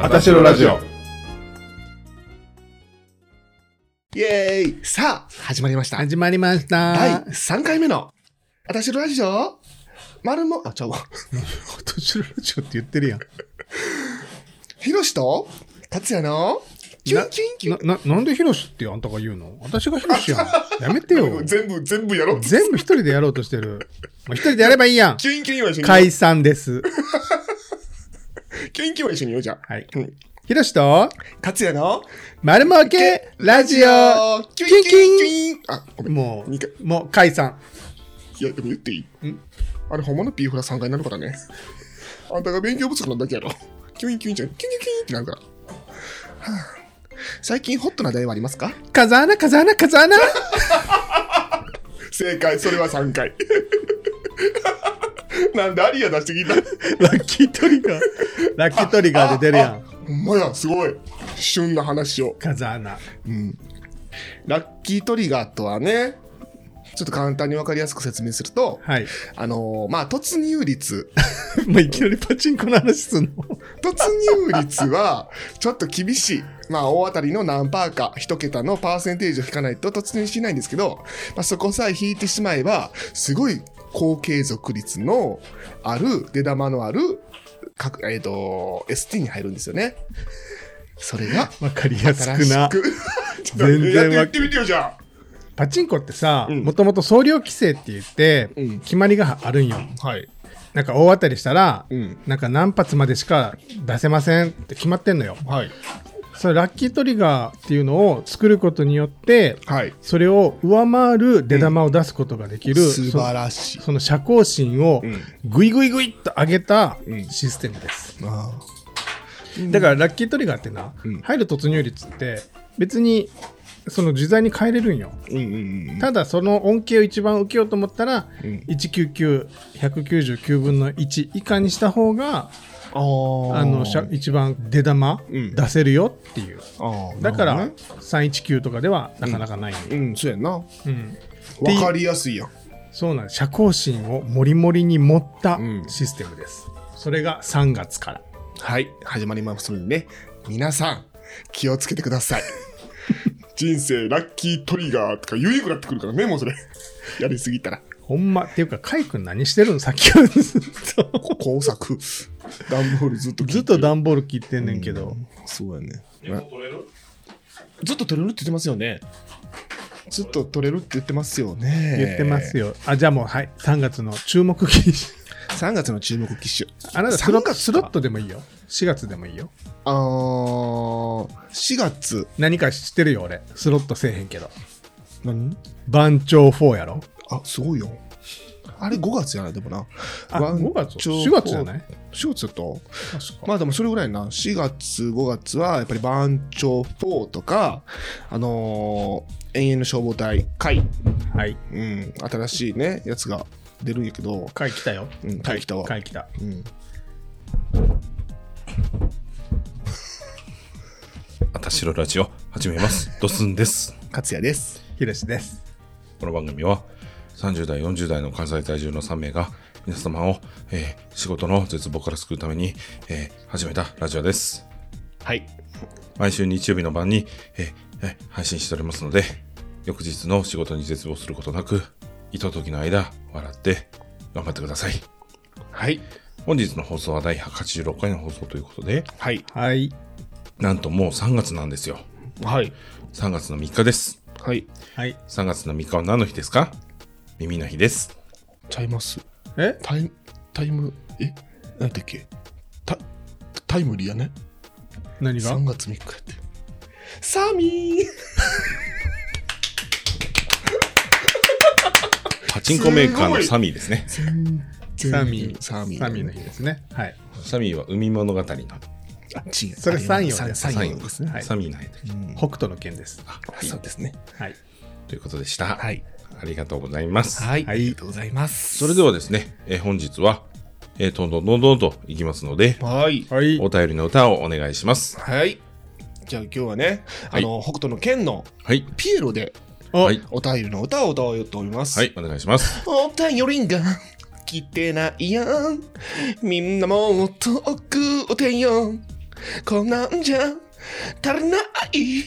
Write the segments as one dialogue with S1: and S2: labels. S1: あたしろラジオ。
S2: イエーイさあ、始まりました。
S3: 始まりました。
S2: 第3回目の、あたしろラジオ丸も、あ、ちゃうわ。
S3: お年寄りラジオって言ってるやん。
S2: ひろしと、かつやの、キュンキュンキュ
S3: な、な、なんでヒロシってあんたが言うの私がヒロシやん。やめて よ
S2: ン。。全部、全部やろう。
S3: 全部一人でやろうとしてる。もう一人でやればいいやん。
S2: キュンキュンは一緒に
S3: 解散です。
S2: キュンキュンは一緒に言おうじゃあ。
S3: はい
S2: うん。
S3: ヒロシと、
S2: かつやの、
S3: 丸儲けラジオ。
S2: キュンキュンキュンキュンあ、ごめん。
S3: も
S2: 二回
S3: う、もう解散。
S2: いや、でも言っていい
S3: ん
S2: あれ、ほんまの P フラ3回になるからね。あんたが勉強不足なだけやろ。キュンキュンじゃん。キュンキュンキュンってなるから。はあ最近ホットな話題はありますか
S3: 風穴、風穴、風穴。
S2: 正解それは3回 なんでアリア出してきた
S3: ラッキートリガー。ラッキートリガーで出るやん。
S2: ほんまやすごい旬な話を
S3: 風穴。
S2: ラッキートリガーとはねちょっと簡単に分かりやすく説明すると、
S3: はい。
S2: あのーまあ突入率
S3: もういきなりパチンコの話すんの。
S2: 突入率はちょっと厳しいまあ大当たりの何パーか一桁のパーセンテージを引かないと突入しないんですけど、まあ、そこさえ引いてしまえばすごい高継続率のある出玉のある各えっ、と ST に入るんですよねそれが
S3: わかりやす
S2: 新
S3: く
S2: し
S3: な。
S2: くちょっと
S3: 全
S2: やっ
S3: 然
S2: て
S3: わ
S2: 言ってみてよじゃ
S3: パチンコってさ
S2: うん
S3: もともと総量規制って言って、
S2: うん
S3: 決まりがあるんよ
S2: あはい
S3: なんか大当たりしたら、
S2: うん
S3: なんか何発までしか出せませんって決まってんのよ
S2: はい
S3: それラッキートリガーっていうのを作ることによって
S2: はい
S3: それを上回る出玉を出すことができる、
S2: 素晴らしい
S3: そその社交心をグイグイグイっと上げた
S2: うん
S3: システムです、
S2: ああ
S3: だからラッキートリガーってな、
S2: うん
S3: 入る突入率って別にその自在に変えれるんよ
S2: うんうんうん
S3: ただその恩恵を一番受けようと思ったら、
S2: うん
S3: 199199分の1以下にした方が
S2: あ
S3: あのしゃ一番出玉
S2: うん
S3: 出せるよっていう、だか
S2: な
S3: ら
S2: る
S3: 319とかではなかなかない、
S2: ほどねうんそうやんなわ
S3: うんていう
S2: かりやすいやん
S3: そうなんです社交心をもりもりに持った
S2: うん
S3: システムです、それが3月から
S2: はい始まりますのでね皆さん気をつけてくだ さい人生ラッキートリガーとか言いにくくなってくるからね もうそれやりすぎたら
S3: ほんまっていうかカイ君何してるのさっきからずっと
S2: 工作段ボールずっと聞いて
S3: ずっと段ボール切ってんねんけど、
S2: そうやね。ずっと取れるって言ってますよね。ずっと取れるって言ってますよね。
S3: 言ってます
S2: よ。
S3: よあじゃあもうはい3月の注目記事
S2: 3月の注目機種。
S3: あなたスロ
S2: 3月か
S3: スロットでもいいよ。4月でもいいよ。
S2: あー、4月。
S3: 何か知ってるよ、俺。スロットせえへんけど。
S2: 何
S3: 番長4やろ。
S2: あ、すごいよ。あれ5月じゃないでもな。
S3: あ、
S2: ワン
S3: 5月
S2: ちょ
S3: ?4 月じゃない
S2: ?4 月だと
S3: 確か。
S2: まあでもそれぐらいな。4月、5月はやっぱり番長4とか、あのー、永遠の消防隊、会。
S3: はい。
S2: うん、新しいね、やつが出るんやけど、
S3: 回来たよ。
S2: うん、会来たわ。
S3: 回来た。
S2: うん、
S1: あたしろラジオ、始めます。ドスンです。
S2: 勝也です。
S3: ひろしです。
S1: この番組は、30代、40代の関西在住の3名が、皆様を、えー仕事の絶望から救うために、えー始めたラジオです。
S2: はい。
S1: 毎週日曜日の晩に、えーえー配信しておりますので、翌日の仕事に絶望することなく、ひとときの間、笑って、頑張ってください。
S2: はい。
S1: 本日の放送は第186回の放送ということで、
S2: はい。
S3: はい。
S1: なんともう3月なんですよ。
S2: はい。
S1: 3月の3日です。
S2: はい。
S3: はい。
S1: 3月の3日は何の日ですか耳の日です。
S2: ちゃいます。
S3: え
S2: タイム、タイム、えなんだっけタ、タイムリーやね。
S3: 何が
S2: 3月3日やって。サミー
S1: パチンコメーカーのサミーですね。
S3: サミー。
S2: サミー。
S3: サミーの日ですね。はい。
S1: サミーは海物語の
S2: あ、違う。
S3: それ三葉です
S2: サ
S1: サ
S2: イ
S1: イ
S2: ン
S1: ン
S2: ですね。
S3: はい
S1: サミーの日です
S3: 北斗の剣です。
S1: あ
S2: あそうですね。
S3: はい。
S1: ということでした。
S2: はい。
S1: ありがとうございます。
S2: はい。
S3: は
S2: あ
S3: い
S2: りがとうございます。
S1: それではですね、えー本日は、えーどんどんどんどんといきますので、
S2: はい。
S3: はい
S1: お。便りの歌をお願いします。
S2: はい。じゃあ今日はね、あの、北斗の剣の
S1: はい。
S2: ピエロで
S3: お
S1: はい。
S2: お便りの歌を歌おうと思います。
S1: はい、お願いします。
S2: お便りが来てないやん。みんなもっと送ってよ。こんなんじゃ足りない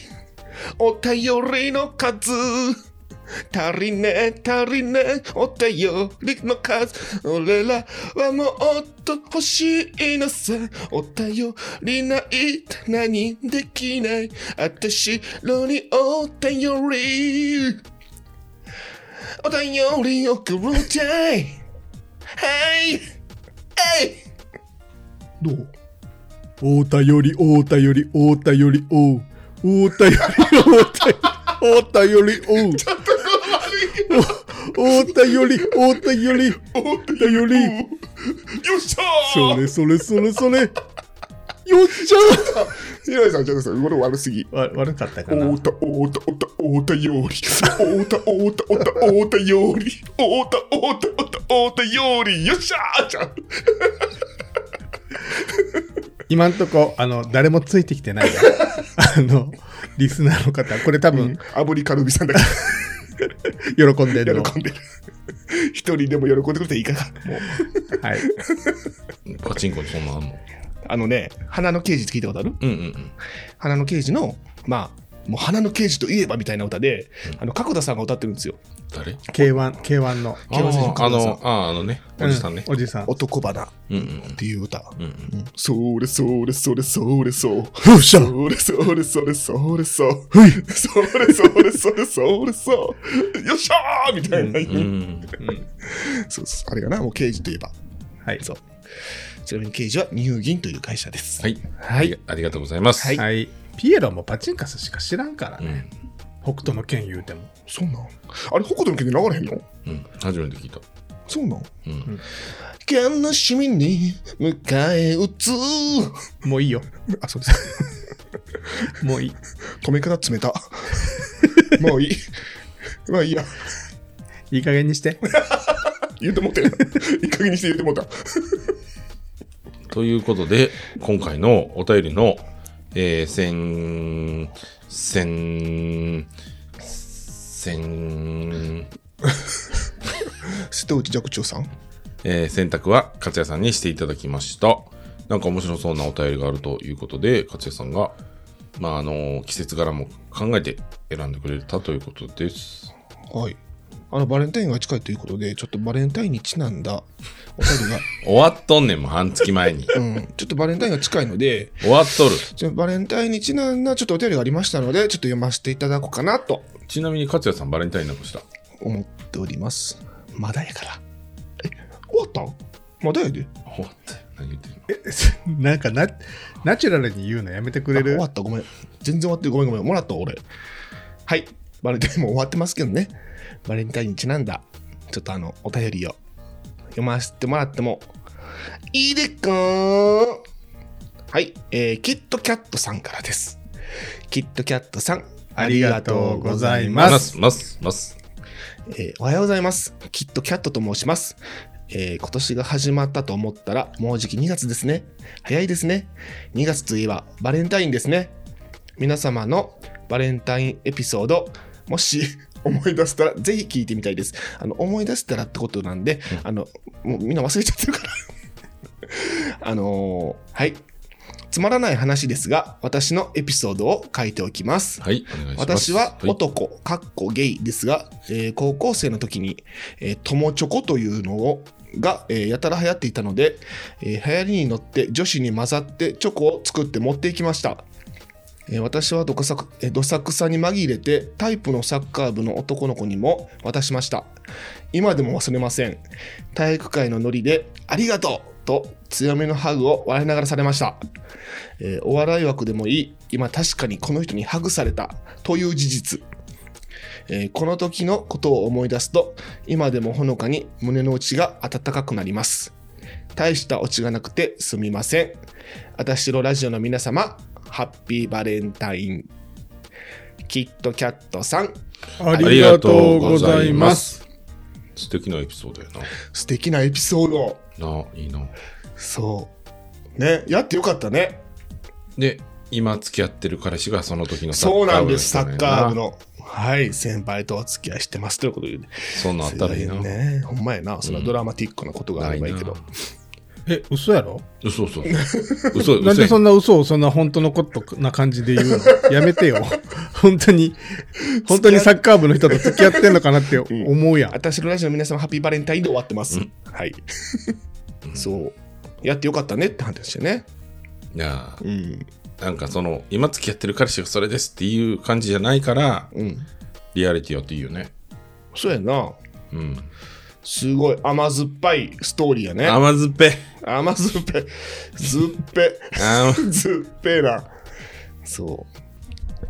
S2: お便りの数足りねえ足りねえお便りの数俺らはもっと欲しいのさお便りないと何できないあたしろにお便りお便り送るんじゃいはいえいどう
S3: おたより、おたより、おたより、おう。おたより、 おたより、おたより、おう。おたより、おたより、
S2: お
S3: おたより。
S2: よっしゃ
S3: そ
S2: ー
S3: れそれそれそれ。よっし
S2: ひろいさん、ちょっとそれ、これ悪すぎ。
S3: ゃわ悪かったかな
S2: お。ーた、おーた、おーた、おーたより。おーた、おーた、おーた、おーたより。おーた、おーた、おーた、おーたより。よっしゃーじゃん。
S3: 今んとこ、あの、誰もついてきて ないよあの、リスナーの方、これ多分、
S2: 炙りカルビさんだか
S3: 喜んで
S2: ら
S3: るの。
S2: 喜んでる。一人でも喜んでくれていいかな。もう
S3: はい。
S1: パチンコにそんなんあんの
S2: あのね、花の刑事って聞いたことある
S1: うんうんうん。
S2: 花の刑事の、まあ、もう花の刑事といえばみたいな歌で、あの、角田さんが歌ってるんですよ。
S1: 誰
S3: K1、K1 の。
S1: あ
S2: 競馬選手の
S1: ーあ
S2: 神田さん
S1: の、あーあのね、おじさんね
S3: う。おじさん。
S2: 男花っ
S1: うんうん
S2: ていう歌。
S1: うん。うんうん
S2: うんそれそれそれそれそう。
S3: よっしゃ
S2: それそれそれそれそう。
S3: はい
S2: それそれそれそれそう。よっしゃーみたいな。
S1: うん
S2: そうそう。あれがな、もう刑事といえば。
S3: はい。
S2: そう。ちなみに刑事は乳銀という会社です。
S1: はい。
S2: はい
S1: ありが。ありがとうございます。
S2: はい
S3: はい。ピエロもパチンカスしか知らんから
S1: う
S3: ね。
S1: ん。
S3: 北斗の剣言うても。
S2: そうなん。あれ、北斗の拳で流れへんの
S1: うん。初めて聞いた。
S2: そうなん。
S1: うん。
S2: 悲しみに迎え撃つ。
S3: もういいよ。
S2: あ、そうです。
S3: もういい。
S2: 止め方冷 た。もういい。まあいいや。
S3: いい加減にして。
S2: 言うてもって。 いい加減にして言うてもった。
S1: ということで、今回のお便りの、えー、せん、せん、せん、
S2: 瀬戸内寂聴さん。
S1: えー選択は勝也さんにしていただきました。なんか面白そうなお便りがあるということで、勝也さんが、まあ、あの、季節柄も考えて選んでくれたということです。
S2: はい。あの、バレンタインが近いということで、ちょっとバレンタインにちなんだお便りが、
S1: 終わっとんねん、もう半月前に。
S2: うん、ちょっとバレンタインが近いので、
S1: 終わっとる。
S2: ちょバレンタインにちなんだちょっとお便りがありましたので、ちょっと読ませていただこうかなと
S1: ちなみに勝也さん、バレンタインなくした。
S2: 思っております。まだやから。え、終わったまだやで。
S1: 終わったよ。何言ってんの
S3: なんかな、ナチュラルに言うのやめてくれ
S2: あ終
S3: る
S2: わった、ごめん。全然終わってる、ごめんごめん。もらった、俺。はい。バレンタインも終わってますけどね。バレンタインにちなんだ、ちょっとあの、お便りを読ませてもらってもいいでっかはい。えー、キットキャットさんからです。キットキャットさん、
S3: ありがとうございます
S1: ます、ます、ます。
S2: えーおはようございます。キットキャットと申します。えー今年が始まったと思ったら、もうじき2月ですね。早いですね。2月といえばバレンタインですね。皆様のバレンタインエピソード、もし 思い出したら、ぜひ聞いてみたいです。あの、思い出したらってことなんで、あの、もうみんな忘れちゃってるから。 あのーはい。つまらない話ですが、私のエピソードを書いておきます。
S1: はい、お願いします。
S2: 私はい男、かっこゲイですが、えー高校生の時に、えー、友チョコというのをが、えーやたら流行っていたので、えー流行りに乗って女子に混ざってチョコを作って持っていきました。えー私はどかさくえーどさくさに紛れてタイプのサッカー部の男の子にも渡しました。今でも忘れません。体育会のノリでありがとうと強めのハグを笑いながらされました。えーお笑い枠でもいい今確かにこの人にハグされたという事実、えーこの時のことを思い出すと今でもほのかに胸の内が温かくなります大したオチがなくてすみませんあたしろラジオの皆様ハッピーバレンタインキットキャットさん
S3: あ
S1: ありがとうございま。す。素敵なエピソードや
S2: 素敵なエピソード
S1: な。なあ、いいな。
S2: そうねやってよかったね
S1: で、今付き合ってる彼氏がその時のサ
S2: そう
S1: ッカ
S2: な
S1: ー
S2: ん
S1: 部の
S2: です
S1: 人
S2: サ
S1: なんや
S2: ッ
S1: な
S2: カー部。のはい先輩とお付き合いしてますということで
S1: そんなんあったらいいな。
S2: ね。ほんまやな。そんなドラマティックなことがあればいいけど。
S1: な
S3: え、嘘やろ
S1: 嘘嘘
S3: な
S1: 嘘。嘘
S3: ん
S1: 嘘
S3: でそ
S1: や。
S3: んな嘘をそんな本当のことな感じで言う のやめてよ。本当に、本当にサッカー部の人と付き合ってんのかなって思うやん。
S2: 私のラジオの皆様、ハッピーバレンタインで終わってます。はい。 そう。やってよかったねって話でね。
S1: いや
S2: うん。
S1: なんかその、今付き合ってる彼氏がそれですっていう感じじゃないから、
S2: うん。
S1: リアリティはっていいよね。
S2: そうやな。
S1: うん。
S2: すごい甘酸っぱいストーリーやね。
S1: 甘酸っぱい。
S2: 甘酸っ ぱい。酸っぱ
S1: あー
S2: い。 酸っぱいな。そう。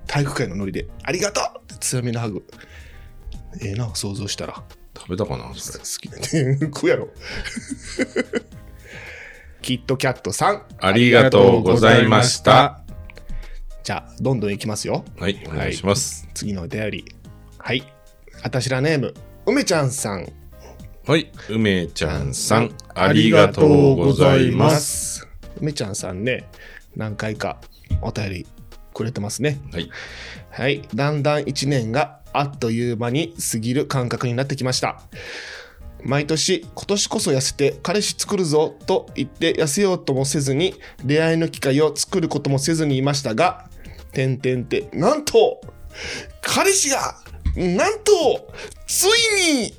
S2: 体育会のノリで、ありがとう強めのハグ。ええな、想像したら。
S1: 食べたかなそ
S2: 好
S1: れ。
S2: きなね。食うやろ。 キットキャットさん。
S1: ありがとうございました。
S2: じゃあ、どんどんいきますよ。
S1: はい、お願いします。
S2: 次のお便り。はい。あたしらネーム、梅ちゃんさん。
S1: はい、梅ちゃんさん、ありがとうございます。
S2: す。梅ちゃんさんね、何回かお便りくれてますね。
S1: はい、
S2: はい、だんだん1年があっという間に過ぎる感覚になってきました毎年今年こそ痩せて彼氏作るぞと言って痩せようともせずに出会いの機会を作ることもせずにいましたが点々ってなんと彼氏がなんとついに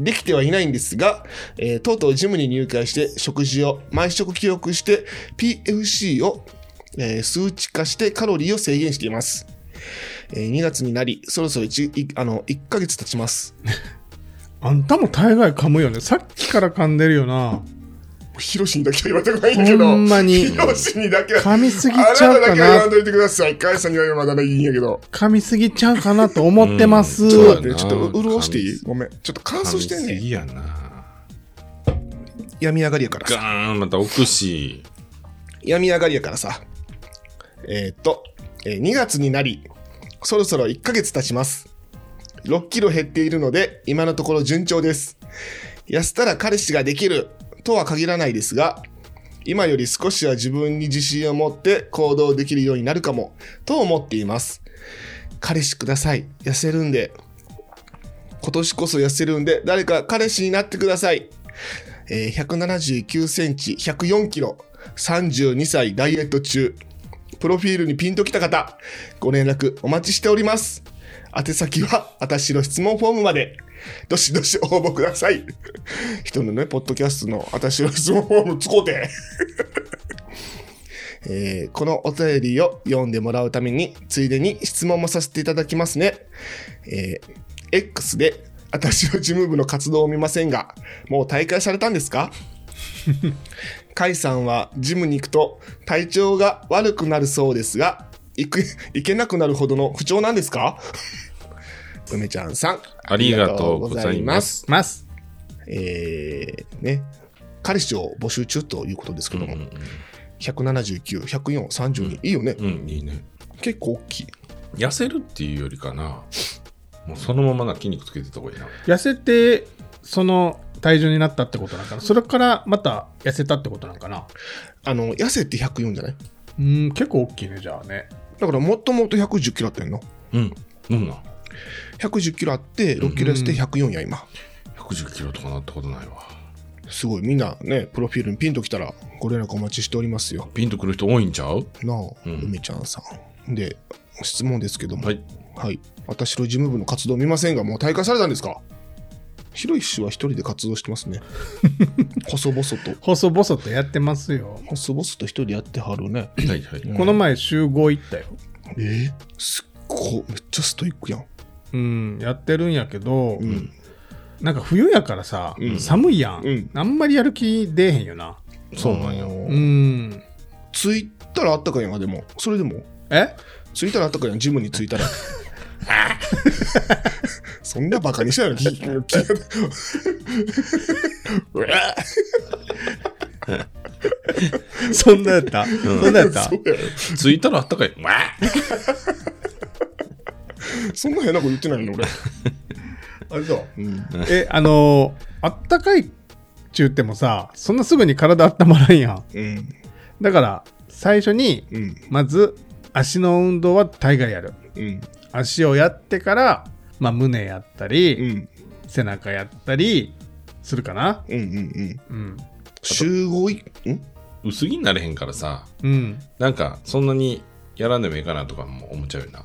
S2: できてはいないんですが、えーとうとうジムに入会して食事を毎食記憶して PFC を、えー数値化してカロリーを制限していますえー2月になり、そろそろ 1, いあの1ヶ月経ちます。
S3: あんたも大概噛むよね。さっきから噛んでるよな。
S2: ヒロシにだけは言われたくないんだけど、
S3: ほんまに
S2: ヒ。ロシにだけは、
S3: 噛みすぎ
S2: あな
S3: ちゃ
S2: た
S3: う
S2: だ
S3: か
S2: けは言わん
S3: な。
S2: といてください。カエさんにはまだいいんやけど。
S3: 噛みすぎちゃうかなと思ってます。
S1: うん
S2: ちょっと
S1: そ
S2: 待って、ちょっと潤していいごめん。ちょっと乾燥してん
S1: 噛みす
S2: ね。
S1: ぎやな。
S2: 病み上がりやからさ。
S1: ガーン、また置くし。
S2: 病み上がりやからさ。えーっと、えー2月になり、そろそろ1ヶ月経ちます。6キロ減っているので、今のところ順調です。痩せたら彼氏ができるとは限らないですが、今より少しは自分に自信を持って行動できるようになるかも、と思っています。彼氏ください。痩せるんで。今年こそ痩せるんで、誰か彼氏になってください。えー179センチ、104キロ、32歳ダイエット中。プロフィールにピンときた方、ご連絡お待ちしております。宛先は、私の質問フォームまで、どしどし応募ください。人のね、ポッドキャストの私の質問フォーム使うて。えーこのお便りを読んでもらうために、ついでに質問もさせていただきますね。えー X で、私の事務部の活動を見ませんが、もう退会されたんですか甲斐さんはジムに行くと体調が悪くなるそうですが行く行けなくなるほどの不調なんですか梅ちゃんさん
S1: ありがとうございま。す。
S3: ます。
S2: えー、ね彼氏を募集中ということですけども、
S1: うん
S2: 179、104、32、いいよね、
S1: うん、いいね。
S2: 結構大きい。
S1: 痩せるっていうよりかな。もうそのままな筋肉つけてた方がいいな。
S3: 痩せて、その体重になったってことなんかな。それからまた痩せたってことなんかな。
S2: あの、痩せって104じゃない
S3: うん、結構大きいね、じゃあね。
S2: だからもともと110キロあったんの。
S1: うん。うんな。
S2: 110キロあって、6キロ痩せて104や、今。
S1: 110キロとかなったことないわ。
S2: すごい、みんなね、プロフィールにピンときたら、ご連絡お待ちしておりますよ。
S1: ピンとくる人多いんちゃう
S2: なあ、
S1: うん
S2: 梅ちゃんさん。で、質問ですけども、
S1: はい。
S2: はい。私の事務部の活動見ませんが、もう退会されたんですか広石氏は一人で活動してます ね。細々と。
S3: 細々とやってますよ。
S2: 細々と一人でやってはるね。
S1: はいはい。
S3: この前集合行ったよ。
S2: えー、すっごい、めっちゃストイックやん。
S3: うん、やってるんやけど、
S2: ん
S3: なんか冬やからさ、寒いやん,、
S2: うん
S3: あんまりやる気出えへんよな。
S1: そうなん
S2: あ
S1: や。
S2: の
S3: う
S2: ー
S3: ん。
S2: 着いたらあったかいやん、でも。それでも。
S3: え
S2: 着いたらあったかいやん、ジムに着い たら。そんなバカにした よ。ききうわ
S3: そんなやった、 そんなやった
S2: そうや
S1: 着いたらあったかい。わあ
S2: そんな変なこと言ってない の俺。
S3: あれそう
S2: うん
S3: え、あのーあったかいっちゅうてもさ、そんなすぐに体温まらんやん。
S2: うん。
S3: だから、最初に、
S2: うん。
S3: まず足の運動は大概やる。
S2: うん。
S3: 足をやってから、まあ、胸やったり、
S2: うん。
S3: 背中やったりするかな。
S2: うん。うん。
S3: うん。
S2: 集合い、ん
S1: 薄着になれへんからさ
S3: うん。
S1: なんかそんなにやらんでもいいかなとかも思っちゃうよな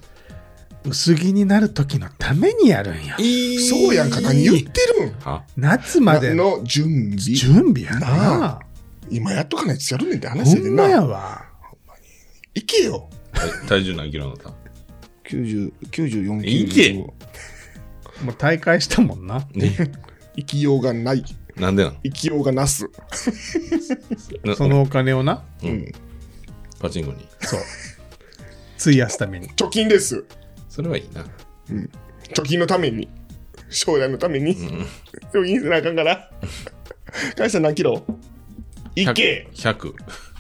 S3: 薄着になる時のためにやるんや。
S2: そうやんか、何言ってるん
S1: は
S3: 夏までの
S2: の準備。
S3: 準備や
S2: な
S3: な。
S2: 今やっとかないとやるねんって話
S3: ほ
S2: やで
S3: ん
S2: ん
S3: ま
S2: な。
S3: やわ。
S2: 行けよ。
S1: 体体重何キロなった
S2: 90 94キロ。
S1: 行け
S3: もう大会したもんな。
S1: ね
S2: 行きようがない。
S1: なんでなの
S2: 行きようがなす。
S1: な
S3: そのお金をな、
S1: うんパチンコに
S3: そう。費やすために。
S2: 貯金です。
S1: それはいいな
S2: 貯金のために。将来のために。貯金せなあかんから。会社何キロ行け
S1: !100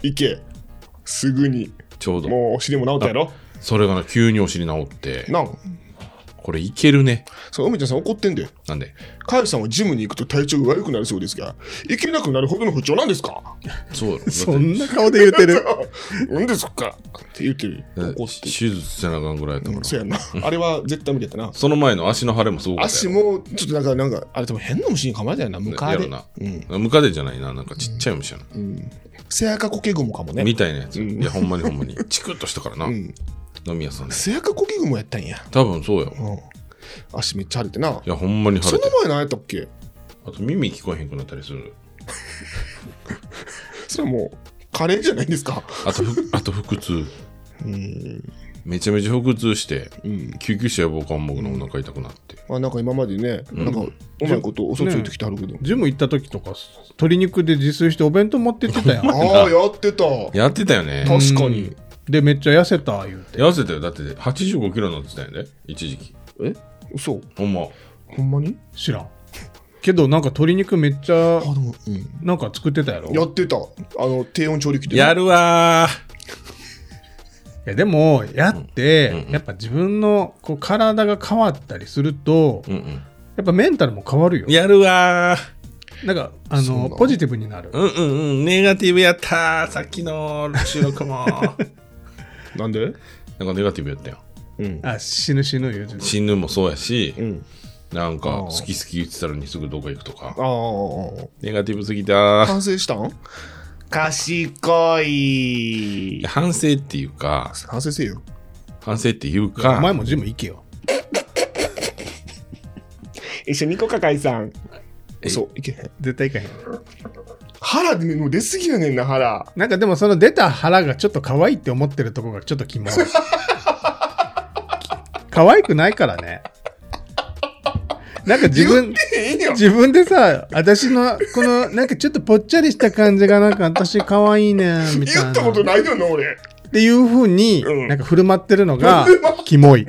S2: 行けすぐに。
S1: ちょうど
S2: もうお尻も治ったやろ
S1: それがな急にお尻治って
S2: なん
S1: これいけるね
S2: そう、梅ちゃんさん怒ってんで。
S1: なんで
S2: カエさんはジムに行くと体調が悪くなるそうですが、行けなくなるほどの不調なんですか
S1: そう だろ
S3: そんな顔で 言ってる。
S2: なんですかって言ってる。
S1: だって
S2: 怒
S1: 手
S2: ってる。
S1: 術せなあかんぐらいやったから
S2: そうやんな。あれは絶対無理やったな。
S1: その前の足の腫れもすごかった
S2: 足
S1: よ
S2: も、ちょっとなんか、なんか、あれ多分変な虫に噛まれたよな、ムカ
S1: や
S2: デ
S1: ろ。な
S2: うん。
S1: ムカデじゃないななんかちっちゃい虫やな、
S2: セアカコケグモかもね。
S1: みたいなやつ、いやほんまにほんま にチクッとしたからな、
S2: ん
S1: 飲み屋さんで
S2: セアカコケグモやったんや。
S1: 多分そうよ
S2: うん。足めっちゃ腫れてな。
S1: いやほんまに腫
S2: そ
S1: れ
S2: の
S1: てる
S2: 前何やったっけ
S1: あと耳聞こえへんくなったりする
S2: それはもう、カレーじゃないですか。
S1: あと ふあと腹痛
S2: うん。
S1: めちゃめちゃ腹痛して
S2: うん。
S1: 救急車呼ぼうか思うのお腹痛くなって、
S2: まあなんか今までね、なんか、うまいこと嘘ついてきてはるけど。
S3: ジム行った時とか、鶏肉で自炊してお弁当持ってっ てたやん。
S2: ああ、やってた。
S1: やってたよね
S2: 確かに。
S3: で、めっちゃ痩せた、言うて。
S1: 痩せたよだって8 5キロになってたよね一時期
S2: え嘘
S1: ほんま
S2: ほんまに
S3: 知らん。けど、なんか鶏肉めっち
S2: あ
S3: ゃ、
S2: でも、うん。
S3: なんか作ってたやろ。
S2: やってた。あの、低温調理器で。
S1: やるわ
S3: いやでもやって、
S1: うんうん
S3: やっぱ自分のこう体が変わったりすると、
S1: ーうん
S3: やっぱメンタルも変わるよ
S1: うんやるわー
S3: なんかあ
S2: そうな
S3: の
S2: の
S3: ポジティブになる、
S1: うんうんうんネガティブやったーさっきの収 録も
S2: なんで
S1: なんかネガティブやったよ
S2: うん。
S3: あ死ぬ死ぬ言うて
S1: 死ぬもそうやし
S2: うん。
S1: なん
S2: あ
S1: か
S2: ー
S1: 好き好き言ってたのにすぐどこ行くとか
S2: ああ。
S1: ネガティブすぎたー
S2: 反省したん賢
S1: い
S2: い
S1: や。反省っていうか
S2: 反省せよ。
S1: 反省っていう
S3: お前
S1: か
S3: もジム行けよ
S2: 一緒に行こうか、解散。
S1: え
S2: そう、いけへん。
S3: 絶対行かへん
S2: 腹でもう出すぎやねんな、腹。
S3: なんかでもその出た腹がちょっと可愛いって思ってるとこがちょっとキモい可愛くないからねなんか自分
S2: ええやん。
S3: 自分でさ私のこのなんかちょっとぽっちゃりした感じがなんか私可愛いねんみたい
S2: 言
S3: な
S2: ったことないよな、俺。
S3: っていうふうに
S2: うん
S3: なんか振る舞ってるのがキモ い。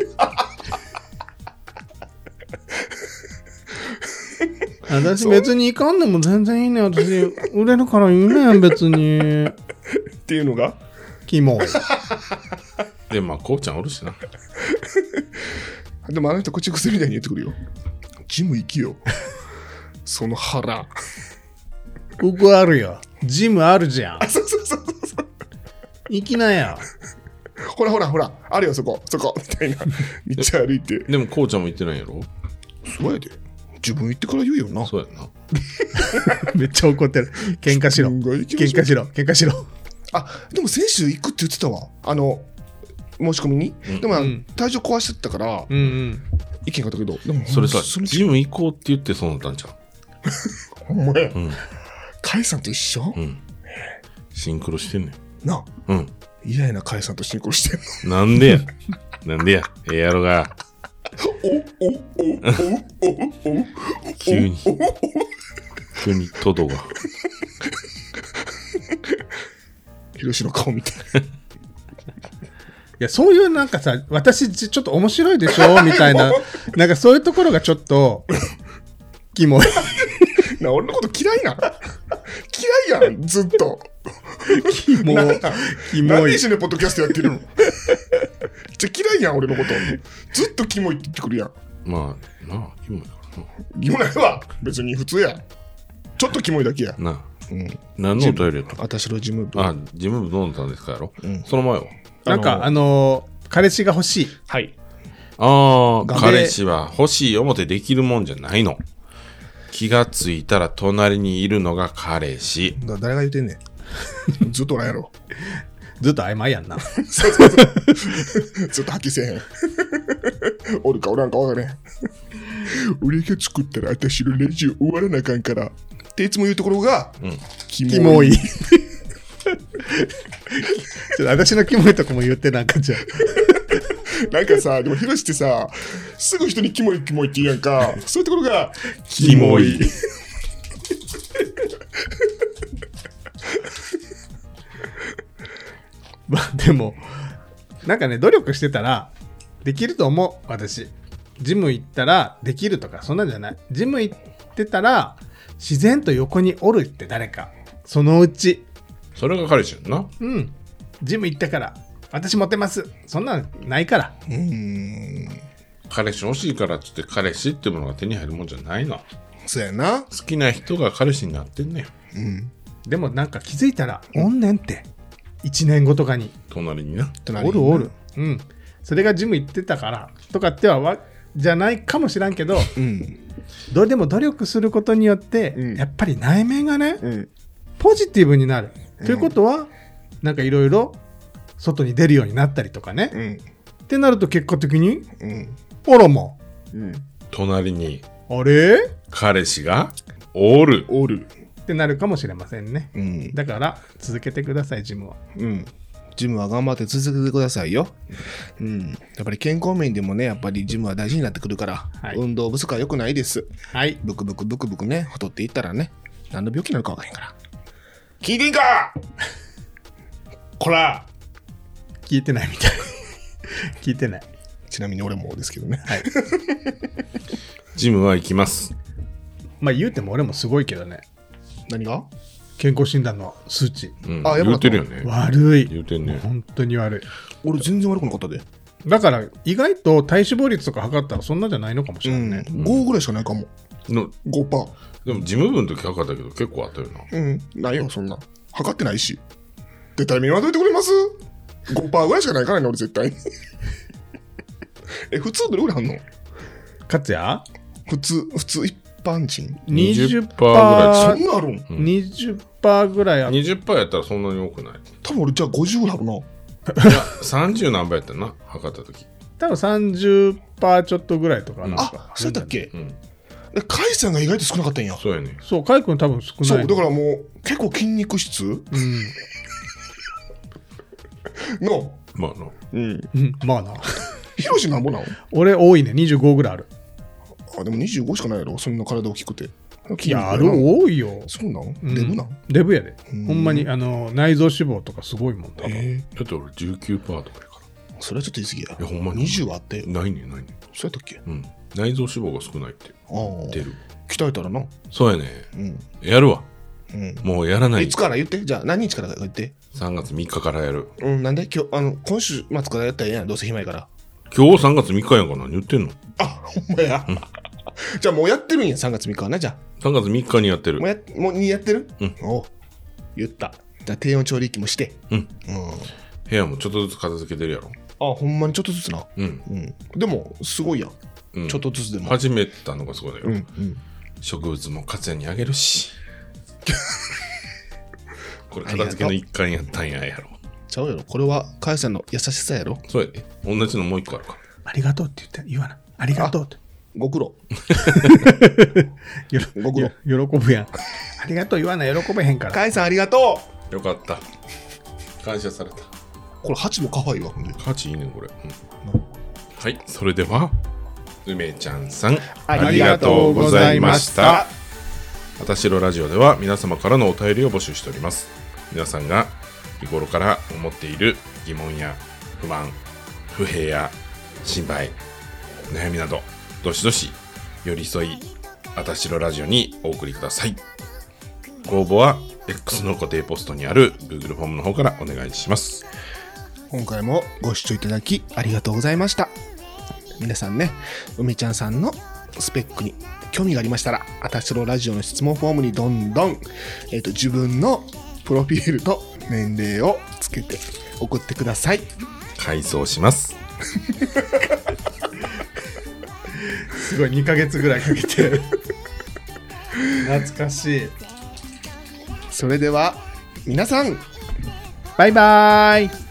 S3: 私別にいかんでも全然いいね私売れるからいいねん別に
S2: っていうのが。
S3: キモい
S1: でまあこうちゃんおるしな
S2: でもあの人、口癖みたいに言ってくるよ。ジム行きよ。 その腹。
S3: ここあるよジムあるじゃん
S2: そうそうそうそう。
S3: 行きなよ
S2: ほらほらほら、あるよ、そこ、そこ、みた いな。道歩いて。
S1: でもこうちゃんも言ってないやろ
S2: そうやで。自分行ってから言うよな。
S1: そうやな
S3: めっちゃ怒ってる喧嘩しろ
S2: 自分が行きま
S3: 喧
S2: しょう
S3: 嘩しろ喧嘩しろ
S2: あ、でも先週行くって言ってたわ。あの、申し込みに。でも、
S3: ん
S2: 体調壊してたから、
S3: うんうん
S2: 意見があったけど、でも、
S1: それさ
S2: それ
S1: ジム行こうって言ってそうなったんちゃ
S2: ほんまや
S1: うう。ん
S2: カイさんと一緒
S1: うんシンクロしてんねん
S2: なあ、
S1: うん
S2: 嫌やなカイさんとシンクロしてん
S1: なんでやなんでやええやろが急に急にトドが
S2: の。 ヒロシの顔見て。
S3: いや、そういうなんかさ、私ちちょっと面白いでしょみたいな、なんかそういうところがちょっと、キモい。
S2: なあ、俺の こと嫌いな。嫌いやん、ずっと。
S3: キモ
S2: なん
S3: い
S2: だ。
S3: キ
S2: 何
S3: モい
S2: で。一緒にポッドキャストやってるの じゃあ嫌いやん、俺のこと。ずっとキモいって言ってくるやん。
S1: まあなあキモいから
S2: 言わないわ別に普通やちょっとキモいだけや、
S1: ななあ
S2: うん、
S1: 何のお便りやった
S2: 私のジム部
S1: あジム部どうなったんですかやろ、
S2: うん
S1: その前は
S3: なんか、あのー彼氏が欲しい。
S2: はい
S1: ああ
S2: が
S1: 彼氏は欲しい思てできるもんじゃないの気がついたら隣にいるのが彼氏。
S3: だ誰が言うてんねん。
S2: ずっとおらんやろ。
S3: ずっと曖昧やん な。
S2: そうそうそう。ずっと発揮せえへん。おるかおらんかわからへん。俺が作ったら私のレジ終わらなあかんから。っていつも言うところが、キ
S3: キモい。。ちょっと私のキモいとこも言ってなんかじゃ
S2: なんかさ、でもヒロシってさ、すぐ人にキモいキモいって言うやんか、そういうところが、
S1: キモい。
S3: まあでもなんかね努力してたらできると思う私ジム行ったらできるとかそんなんじゃないジム行ってたら自然と横におるって誰かそのうち
S1: それが彼氏やんな。
S3: うんジム行ったから私モテますそんなんないから
S2: うーん、
S1: 彼氏欲しいからっつって彼氏ってものが手に入るもんじゃないの。
S2: そうやな。
S1: 好きな人が彼氏になってんねん。
S2: うん。
S3: でもなんか気づいたら「おんねん」って1年後とかに
S1: 隣にな。
S2: 隣
S3: お
S2: にな
S3: るおる。うんそれがジム行ってたからとかってはわじゃないかもしらんけど
S2: うん。
S3: どうでも努力することによって、
S2: うん
S3: やっぱり内面がね
S2: うん。
S3: ポジティブになる、ということはなんかいろいろ外に出るようになったりとかね、
S2: うん。
S3: ってなると結果的に
S2: うん。
S3: あらま
S2: うん。
S1: 隣に
S3: あれ
S1: 彼氏がおる。
S2: おる。
S3: ってなるかもしれませんね
S2: うん。
S3: だから続けてくださいジムは
S2: うん。ジムは頑張って続けてくださいよ。うん。やっぱり健康面でもね、やっぱりジムは大事になってくるから、
S3: はい
S2: 運動不足は良くないです。
S3: はい
S2: ブクブクブクブクね、太っていったらね、何の病気なのか分からへんから。聞いてんかこら
S3: 聞いてないみ たい聞いてない
S2: ちなみに俺もですけどね。
S3: はい
S1: ジムは行きます。
S3: まあ言うても俺もすごいけどね
S2: 何が
S3: 健康診断の数値
S1: うん。
S2: あやばか
S1: 言う
S2: った
S1: てるよね。
S3: 悪い
S1: 言うてんね
S3: もう本当に悪い
S2: 俺全然悪くなかったで。
S3: だから意外と体脂肪率とか測ったらそんなじゃないのかもし
S2: う
S3: れな
S2: ん。
S3: いね、
S2: 5ぐらいしかないかも。
S1: の
S2: 5%。
S1: でも事務部の時測ったけど結構あったよな。
S2: うん。ないよ、そんな。測ってないし。で、タイミングはどいてくれます ?5% ぐらいしかないからね、俺絶対。 え、普通どれぐらいあんの
S3: かつや
S2: 普通、普通一般人。
S3: 20%
S1: ぐら
S2: そ
S3: パ
S2: んなんあるん
S3: ーぐらいあって
S1: 20%やったらそんなに多くない。
S2: 多分俺じゃあ50ぐらいあるな。
S1: いや、30何倍やったな、測った時。
S3: 多分30%ちょっとぐらいとかなんか
S2: あ、そうだったっけ
S1: うん。
S2: え、カイさんが意外と少なかったんや。
S1: そうやね。
S3: そうカイ君多分少ない、
S2: そう、だかららもう、結構筋肉質
S3: う
S2: の。
S1: まあな。
S2: うん。
S3: んうん、まあな
S2: ヒロシなんぼなの
S3: 俺多いね25ぐらいある
S2: あ、でも25しかないやろ、そんな体大きくて。
S3: い
S2: 筋肉
S3: やあ
S2: や
S3: る
S2: な
S3: 多いよ、
S2: そうなん
S3: うん
S2: デブなん
S3: デブやで
S2: うん
S3: ほんまにあの内臓脂肪とかすごいもん多分、
S2: え
S1: だって俺19%とかやか
S2: ーそれはちょっと言い過ぎ
S1: や
S2: や。
S1: ほんまに
S2: 20はあって
S1: ら。、ないね、ないね。
S2: そうやったっけ
S1: うん。内臓脂肪が少ないって
S2: ああ。
S1: 出る。
S2: 鍛えたらな。
S1: そうやね。
S2: うん。
S1: やるわ。
S2: うん。
S1: もうやらないい
S2: つ。から言ってじゃあ何日から言って
S1: 3月3日からやる。
S2: うん、なんで今日、あの、今週末からやったらええやん、どうせ暇やから。
S1: 今日3月3日やんかな。何言ってんの
S2: あ、 ほんまや。じゃあもうやってるんや、3月3日はな、じゃ
S1: ?3 月3日にやって
S2: あ。
S1: る
S2: もう。や、もうにやってる
S1: うん。
S2: おう言った。じゃあ低温調理器もして。
S1: うん。
S2: うん。
S1: 部屋もちょっとずつ片付けてるやろ。
S2: あ、ほんまにちょっとずつな。
S1: うん。
S2: うん。でも、すごいやん。
S1: うん
S2: ちょっとずつでも。
S1: 始めたのがすごいだよ。
S2: うん。うん。
S1: 植物も活也にあげ るしこれ片付けの一環やったんややろ
S2: ちゃうやろ。これは、かやさんの優しさやろ。
S1: そうやで同じのもう一個あるか
S3: ありがとうって言って言わなありがとうって
S2: ご苦労。
S3: よろ
S2: ご苦労
S3: よ喜ぶやん ありがとう言わな喜べへんから
S2: かやさんありがとう
S1: らよかった感謝された
S2: これ、8も可愛いわ、ほんで。
S1: 価値いいねこれ、うんはいそれでは梅ちゃんさん
S2: ありがとうございました
S1: あたしろラジオでは皆様からのお便りを募集しております皆さんが日頃から思っている疑問や不満不平や心配悩みなどどしどし寄り添いあたしろラジオにお送りくださいご応募は X の固定ポストにある Google フォームの方からお願いします
S2: 今回もご視聴いただきありがとうございました皆さんね梅ちゃんさんのスペックに興味がありましたらあたしろラジオの質問フォームにどんどん、えっと自分のプロフィールと年齢をつけて送ってください
S1: 回送します
S3: すごい2ヶ月ぐらいかけて 懐かしい。
S2: それでは皆さん
S3: バイバーイ。